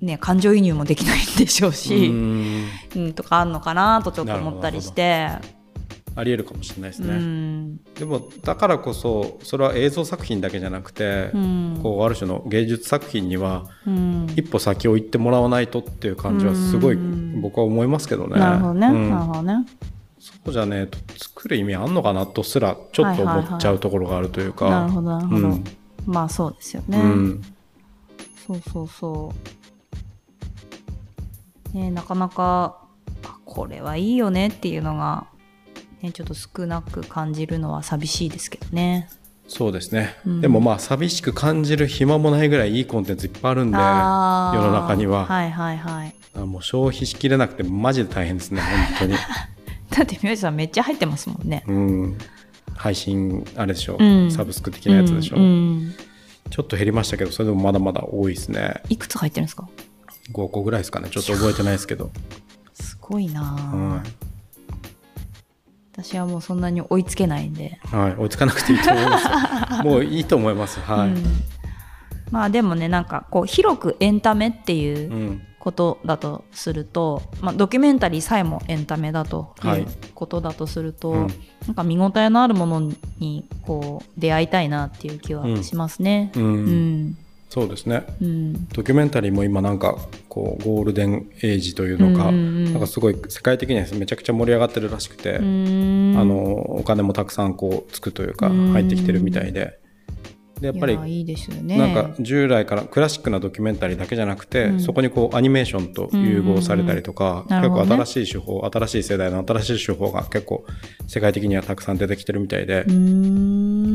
ね、感情移入もできないんでしょう
う
し、
ん
うんとかあんのかなとちょっと思ったりして、
ありえるかもしれないです
う
ね、
ん
でもだからこそそれは映像作品だけじゃなくて、
うん
こうある種の芸術作品には
うん
一歩先を行ってもらわないとっていう感じはすごい
うん
僕は思いますけどね。
なるほどね、
うん
なるほどね。
そうじゃねえと作る意味あんのかなとすらちょっと思っちゃうところがあるというか。
なるほどなるほど、
うん
まあそうですよね、
うん
そうそうそうねなかなかあこれはいいよねっていうのが、ね、ちょっと少なく感じるのは寂しいですけどね
そうですね、
うん
でもまあ寂しく感じる暇もないぐらいいいコンテンツいっぱいあるんで
あ
あ
ー
世の中には
はいはいはい
もう消費しきれなくてマジで大変です
*laughs*
ね本
だって宮地さんめっちゃ入ってますもんね
当に、うん、配信あれでしょ、
うん
サブスク的なやつでしょ、
うんうん
ちょっと減りましたけどそれでもまだまだ多いですね
いくつ入ってるんですか
5個ぐらいですかねちょっと覚えてないですけど、
すごいなあ、
は
私はもうそんなに追いつけないんで
いはい、追いつかなくていいと思いますもういいと思いますはい、
うんまあでもねなんかこう広くエンタメっていう
うん
ことだとすると、まあ、ドキュメンタリーさえもエンタメだとい
はいう
ことだとすると、
うん
なんか見応えのあるものにこう出会いたいなっていう気はしますね。
うん
うん
そうですね
うん
ドキュメンタリーも今なんかこうゴールデンエイジというのか、
うんうんうん
なんかすごい世界的にはめちゃくちゃ盛り上がってるらしくて、あのお金もたくさんこうつくというか
うん
入ってきてるみたいでで
や
やっぱり
いやいいですよね。
なんか従来からクラシックなドキュメンタリーだけじゃなくて、
うん
そこにこうアニメーションと融合されたりとか、
うんうんうんなるほどね
結構新しい手法新しい世代の新しい手法が結構世界的にはたくさん出てきてるみたいで、お
お
っ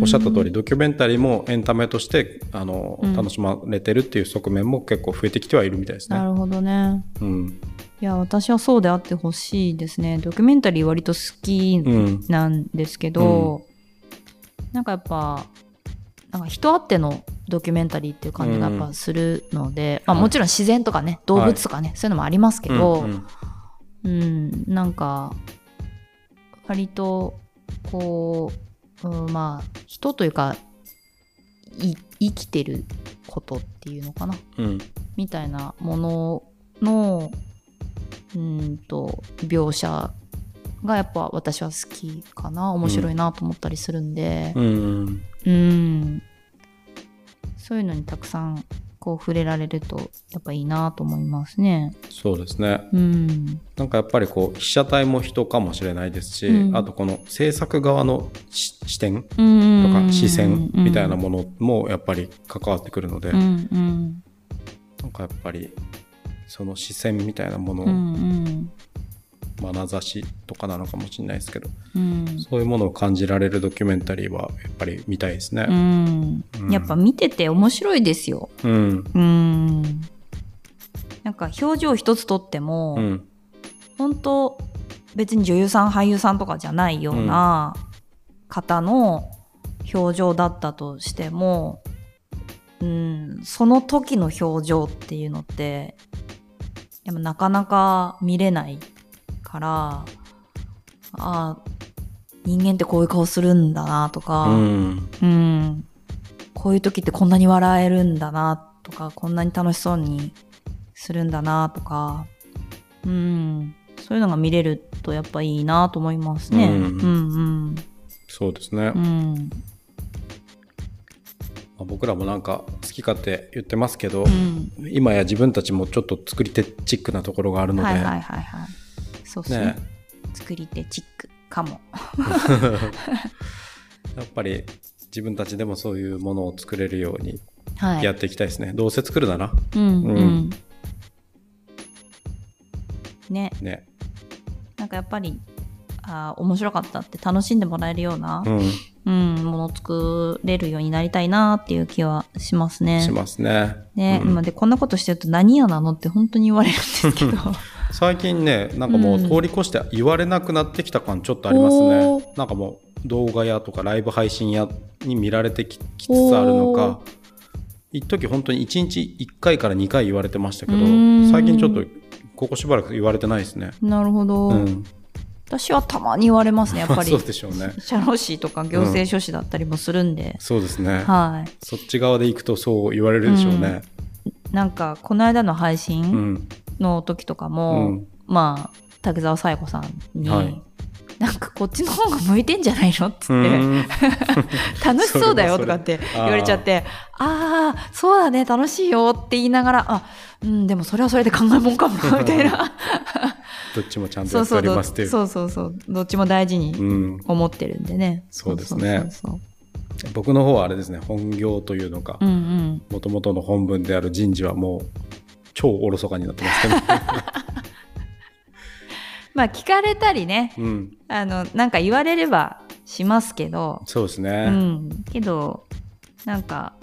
しゃった通りドキュメンタリーもエンタメとしてあの、
うん
楽しまれてるっていう側面も結構増えてきてはいるみたいです
な
ね。
るほどね。
うん
いや私はそうであってほしいですね。ドキュメンタリー割と好き
うん
なんですけど、なんかやっぱなんか人あってのドキュメンタリーっていう感じがやっぱするので、まあ、
はい
もちろん自然とかね動物とかね、そういうのもありますけど、
う
うん
うんん
なんか割とこう、うん、まあ人というかい生きてることっていうのかな
うん
みたいなもののうーんと描写がやっぱ私は好きかな面白いなと思ったりするんで、
うん
うん、そういうのにたくさんこう触れられるとやっぱいいなと思いますね。
そうですね
うん、
なんかやっぱりこう被写体も人かもしれないですし、
うん
あとこの制作側のし視点
と
とか視線みたいな
も
ものもやっぱり関わってくるので、
うんうん
なんかやっぱりその視線みたいなもの、
うんうん
眼差しとかなのかもしれないですけど
うん
そういうものを感じられるドキュメンタリーはやっぱり見たいです
う
ね。
ん
うん
やっぱ見てて面白いですよ。
うん、
うん、なんか表情一つとっても、
うん、
本当別に女優さん俳優さんとかじゃないような方の表情だったとしても、うん、その時の表情っていうのってでもなかなか見れないからああ人間ってこういう顔するんだなとか、
うん、
うん、こういう時ってこんなに笑えるんだなとかこんなに楽しそうにするんだなとか、うん、そういうのが見れるとやっぱいいなと思いますね。
う
うんんうん
そうですね。
う
ま
ん
あ僕らもなんか好き勝手言ってますけど、
うん
今や自分たちもちょっと作り手チックなところがあるので、
はいはいはいはいそうそう、
ね、
作り手チックかも。
やっぱり自分たちでもそういうものを作れるように
はい、
やっていきたいですね。どうせ作るなら
うん
う
うんん、ね
ね。
なんかやっぱりあー面白かったって楽しんでもらえるような、
うん、
うん、もの作れるようになりたいなっていう気はしますね。
しますね。
ね、
うん *laughs*
まあでこんなことしてると何やなのって本当に言われるんですけど、
最近ねなんかもう通り越して言われなくなってきた感ちょっとありますね、
おー
なんかもう動画やとかライブ配信やに見られてききつつあるのか
お
一時本当に1日1回から2回言われてましたけど
うーん
最近ちょっとここしばらく言われてないですね
なるほど、
うん
私はたまに言われますねやっぱり
*laughs* そうでしょうね
社労士とか行政書士だったりもするんで、
そうですね
はい
そっち側で行くとそう言われるでしょうね
なんかこの間の配
う
信
ん
の時とか
う
も、
ん
まあ竹澤紗友子さんに、
はい
なんかこっちの方が向いてんじゃないのっつって、
うん
楽しそうだよとかって
それはそれ
言われちゃってああーそうだね楽しいよって言いながらあうんでもそれはそれで考えもんかも
*laughs*
みたいな
どっちもちゃんと
そ
や
うそう
っており
ど
ますっていう
そうそうそうどっちも大事に
うん
思ってるんでね、
そうですね
そうそうそう
僕の方はあれですね本業というのか
うんうん
もともとの本文である人事はもう超おろそかになってますけ
*laughs*
ど、
まあ聞かれたりね
うん、
あのなんか言われればしますけど
そうです
う
ね、
ん、けどなんか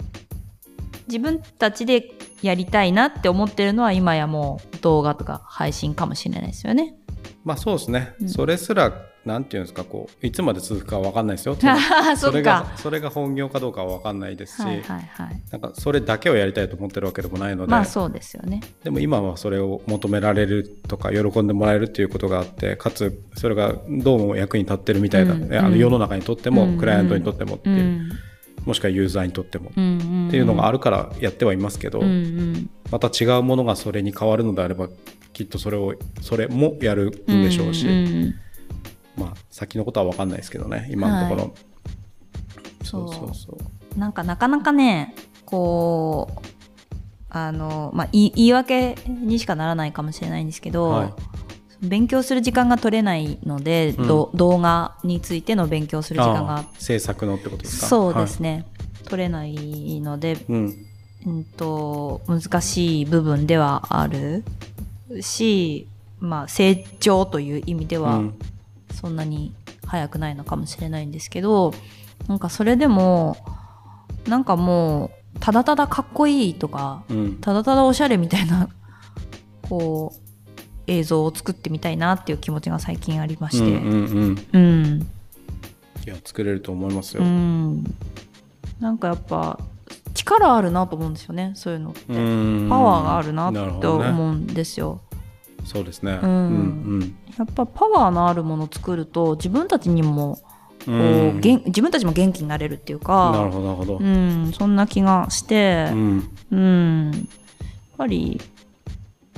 自分たちでやりたいなって思ってるのは今やもう動画とか配信かもしれないですよね。
まあそうですね、
うん
それすらなんていうんですかこういつまで続くかわかんないですよ
*laughs* ああ
そ
そ
れ
っ
が
か。
それが本業かどうかはわかんないですし、
はいはいはい。
なんかそれだけをやりたいと思ってるわけでもないので、
まあそうですよね。
でも今はそれを求められるとか喜んでもらえるっていうことがあってかつそれがどうも役に立ってるみたいな、
うん
えあ
う
の
ん
世の中にとっても、
うん
クライアントにとってもって
う
いう、
ん
もしくはユーザーにとっても、
うんうん、
っていうのがあ
る
るからやってはいますけど、
うんうん、
また違うものがそれに変わるのであればきっとそれをそれもやるんでしょうし、
んんん
まあ先のことは分かんないですけどね今のところ、
そう
そうそう
なんかなかなかねこうあの、まあ、い言い訳にしかならないかもしれないんですけど、
はい
勉強する時間が取れないので、
うん
ど動画についての勉強する時間
ああ
が
制作のってことですか
そうですね、取れないので、
はいうん
うん、と難しい部分ではあるし、まあ、成長という意味では
うん
そんなに早くないのかもしれないんですけどなんかそれでもなんかもうただただかっこいいとか
うん
ただただおしゃれみたいなこう映像を作ってみたいなっていう気持ちが最近ありまし
うん
て。
うんうん
うん
いや作れると思いますよ、
うん、なんかやっぱ力あるなと思うんですよねそういうのって、
うん
パワーがあるな
なるほ
と
どね
思うんですよ、
そうですね
う
うんん
やっぱパワーのあるものを作ると自分たちにも
う
こうん
うん
元自分たちも元気になれるっていう
なる
か
ほどなるほど、
うん、そんな気がして
う、ん
うんやっぱり、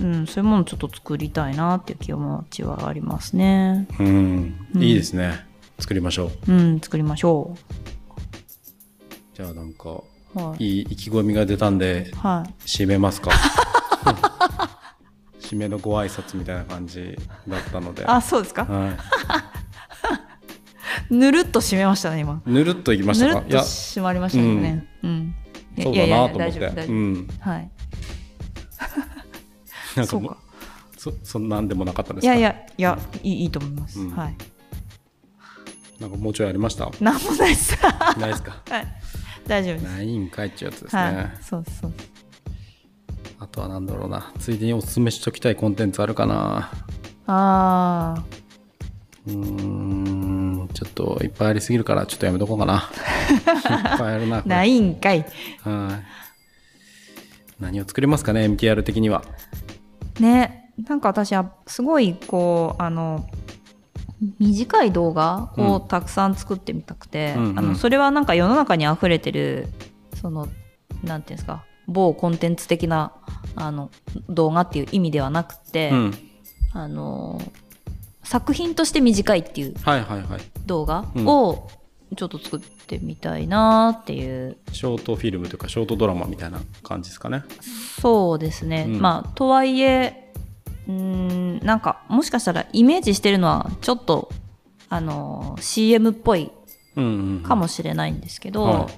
うん、そういうものちょっと作りたいなっていう気持ちはありますね。
うん
うん
いいですね作りましょう
うん、作りましょ
じゃあなんか
う。はい。
いい意気込みが出たんで
はい、
締めますか *laughs* 締めのご挨拶みたいな感じだったので、
あ、そうですか。
は
ぬるっと締めましたね、今。
い、ぬるっといきまし
ぬ
た
る
か
っ
い
と
やそ
締まりましたよね。うん。いうや
だ
いやい
な
や
と思っ
大丈夫、
て
大
う
丈夫。
ん
はい。
なん
そ
か
う
も
か。
うそそんなんでもなかったで
い
すか
やいや、いや、いいいいと思います。
うん
はい。
なんかもうちょいありました
なんもないです。
ないですか
はい。 *laughs* 大丈夫です。
ないんかいっちゅうやつですね、
はい。そうですそうです。
あとはなんだろうなついでにおすすめしときたいコンテンツあるかな
ああ。
うーんちょっといっぱいありすぎるからちょっとやめとこう
*laughs*
かないっぱいあるなこれ
ないんかい。
はい何を作りますかね MTR 的には
ね。なんか私はすごいこうあの短い動画を
うん
たくさん作ってみたくて、
うんうん
あのそれはなんか世の中に溢れてるそのなんていうんですか某コンテンツ的なあの動画っていう意味ではなくて、
うん
あの作品として短いっていう
はいはいはい
動画をちょっと作ってみたいなっていう、
ショートフィルムというかショートドラマみたいな感じですかね
そうですね、
うん
まあとはいえうーんなんかもしかしたらイメージしてるのはちょっとあの CM っぽい
うんうん
かもしれないんですけど、
は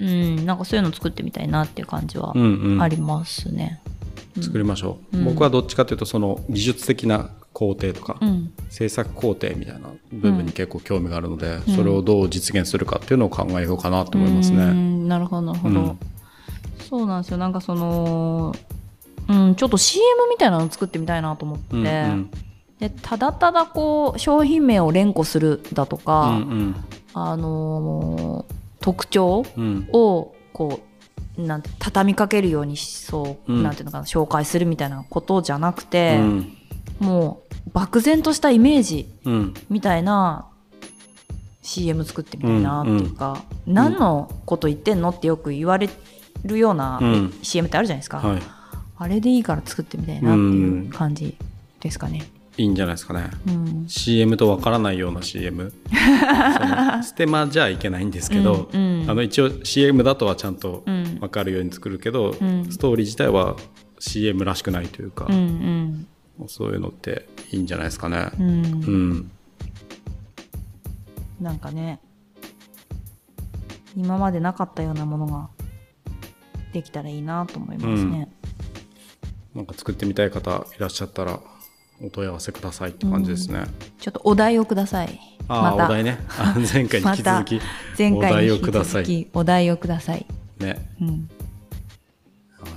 うんなんかそういうの作ってみたいなっていう感じは
うんうん
ありますね。うん
作りましょう、
うん
僕はどっちかというとその技術的な工程とか、
うん
制作工程みたいな部分に結構興味があるので、
うん
それをどう実現するかっていうのを考えようかなと思いますね、
うーんなるほどなるほど、
うん
そうなんですよなんかそのうん、ちょっと CM みたいなの作ってみたいなと思って、
うんうん
でただただこう商品名を連呼するだと
う
か、
ん
あのー特徴
うんうん
をこうなんて畳みかけるようにそう、
うん
なんていうのかな紹介するみたいなことじゃなく
う
て、
ん
もう漠然としたイメージ
うん
みたいな CM 作ってみたいなっていうか、
ん
何のこと言ってんのってよく言われるような
うん
CM ってあるじゃないですか、
は
あれでいいから作ってみたいなっていう感じですかね。
いいいんじゃないですかね
うん、
CM とわからないよう
*laughs*
な CM そのステマじゃいけないんですけど、
うんうん
あの一応 CM だとはちゃんと
うん
わかるように作るけど、
うん
ストーリー自体は CM らしくないというか
う、ん
そういうのっていいんじゃないですかね
うんう
うん、
ん、なんかね今までなかったようなものができたらいいなと思いますね。
なんか作ってみたい方いらっしゃったらお問い合わせくださいって感じですね、
ちょっとお題をください。
ああ
また
お題 *laughs* ねあ前回に引き続き、
ま前回に
お題
引
を
き
くださ
続
い
きお題をください。
ね、
うん、
は
っ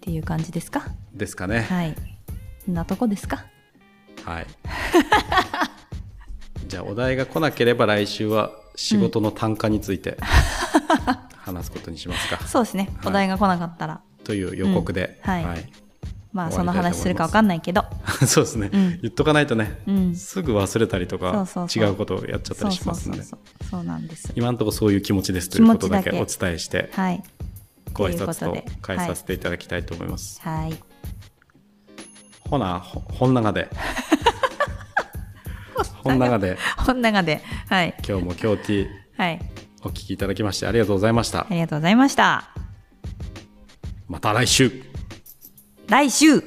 ていう感じですか。
い、ですかね
はい。そんなとこですか。
はい、 *laughs* じゃあお題が来なければ来週は仕事の単価について話すことにしますか、
*laughs* そうですね。
はい
お題が来なかったら、
という予告で、
うんはいまあその話するかわかんないけど。
*laughs* そうですね、
うん
言っとかないとね、
うん
すぐ忘れたりとか
そうそう
違
そう
うことをやっちゃった
そ
り
う
し
そ
ま
う
す
そ
ん
う
で
そう。そうなんです。
今のところそういう気持ちですということだけ
気
お
持ち
伝えして
はい。
ご
とい
挨拶
う
と
ことで
返させていただきたいと思います、
はい。
ほなほ本
*laughs*
長で本長で
こんながで、はい。
今日も今日 T
はい。
お聞きいただきましてありがとうございました
ありがとうございました。
また来週
来週、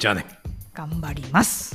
じゃあね
頑張ります。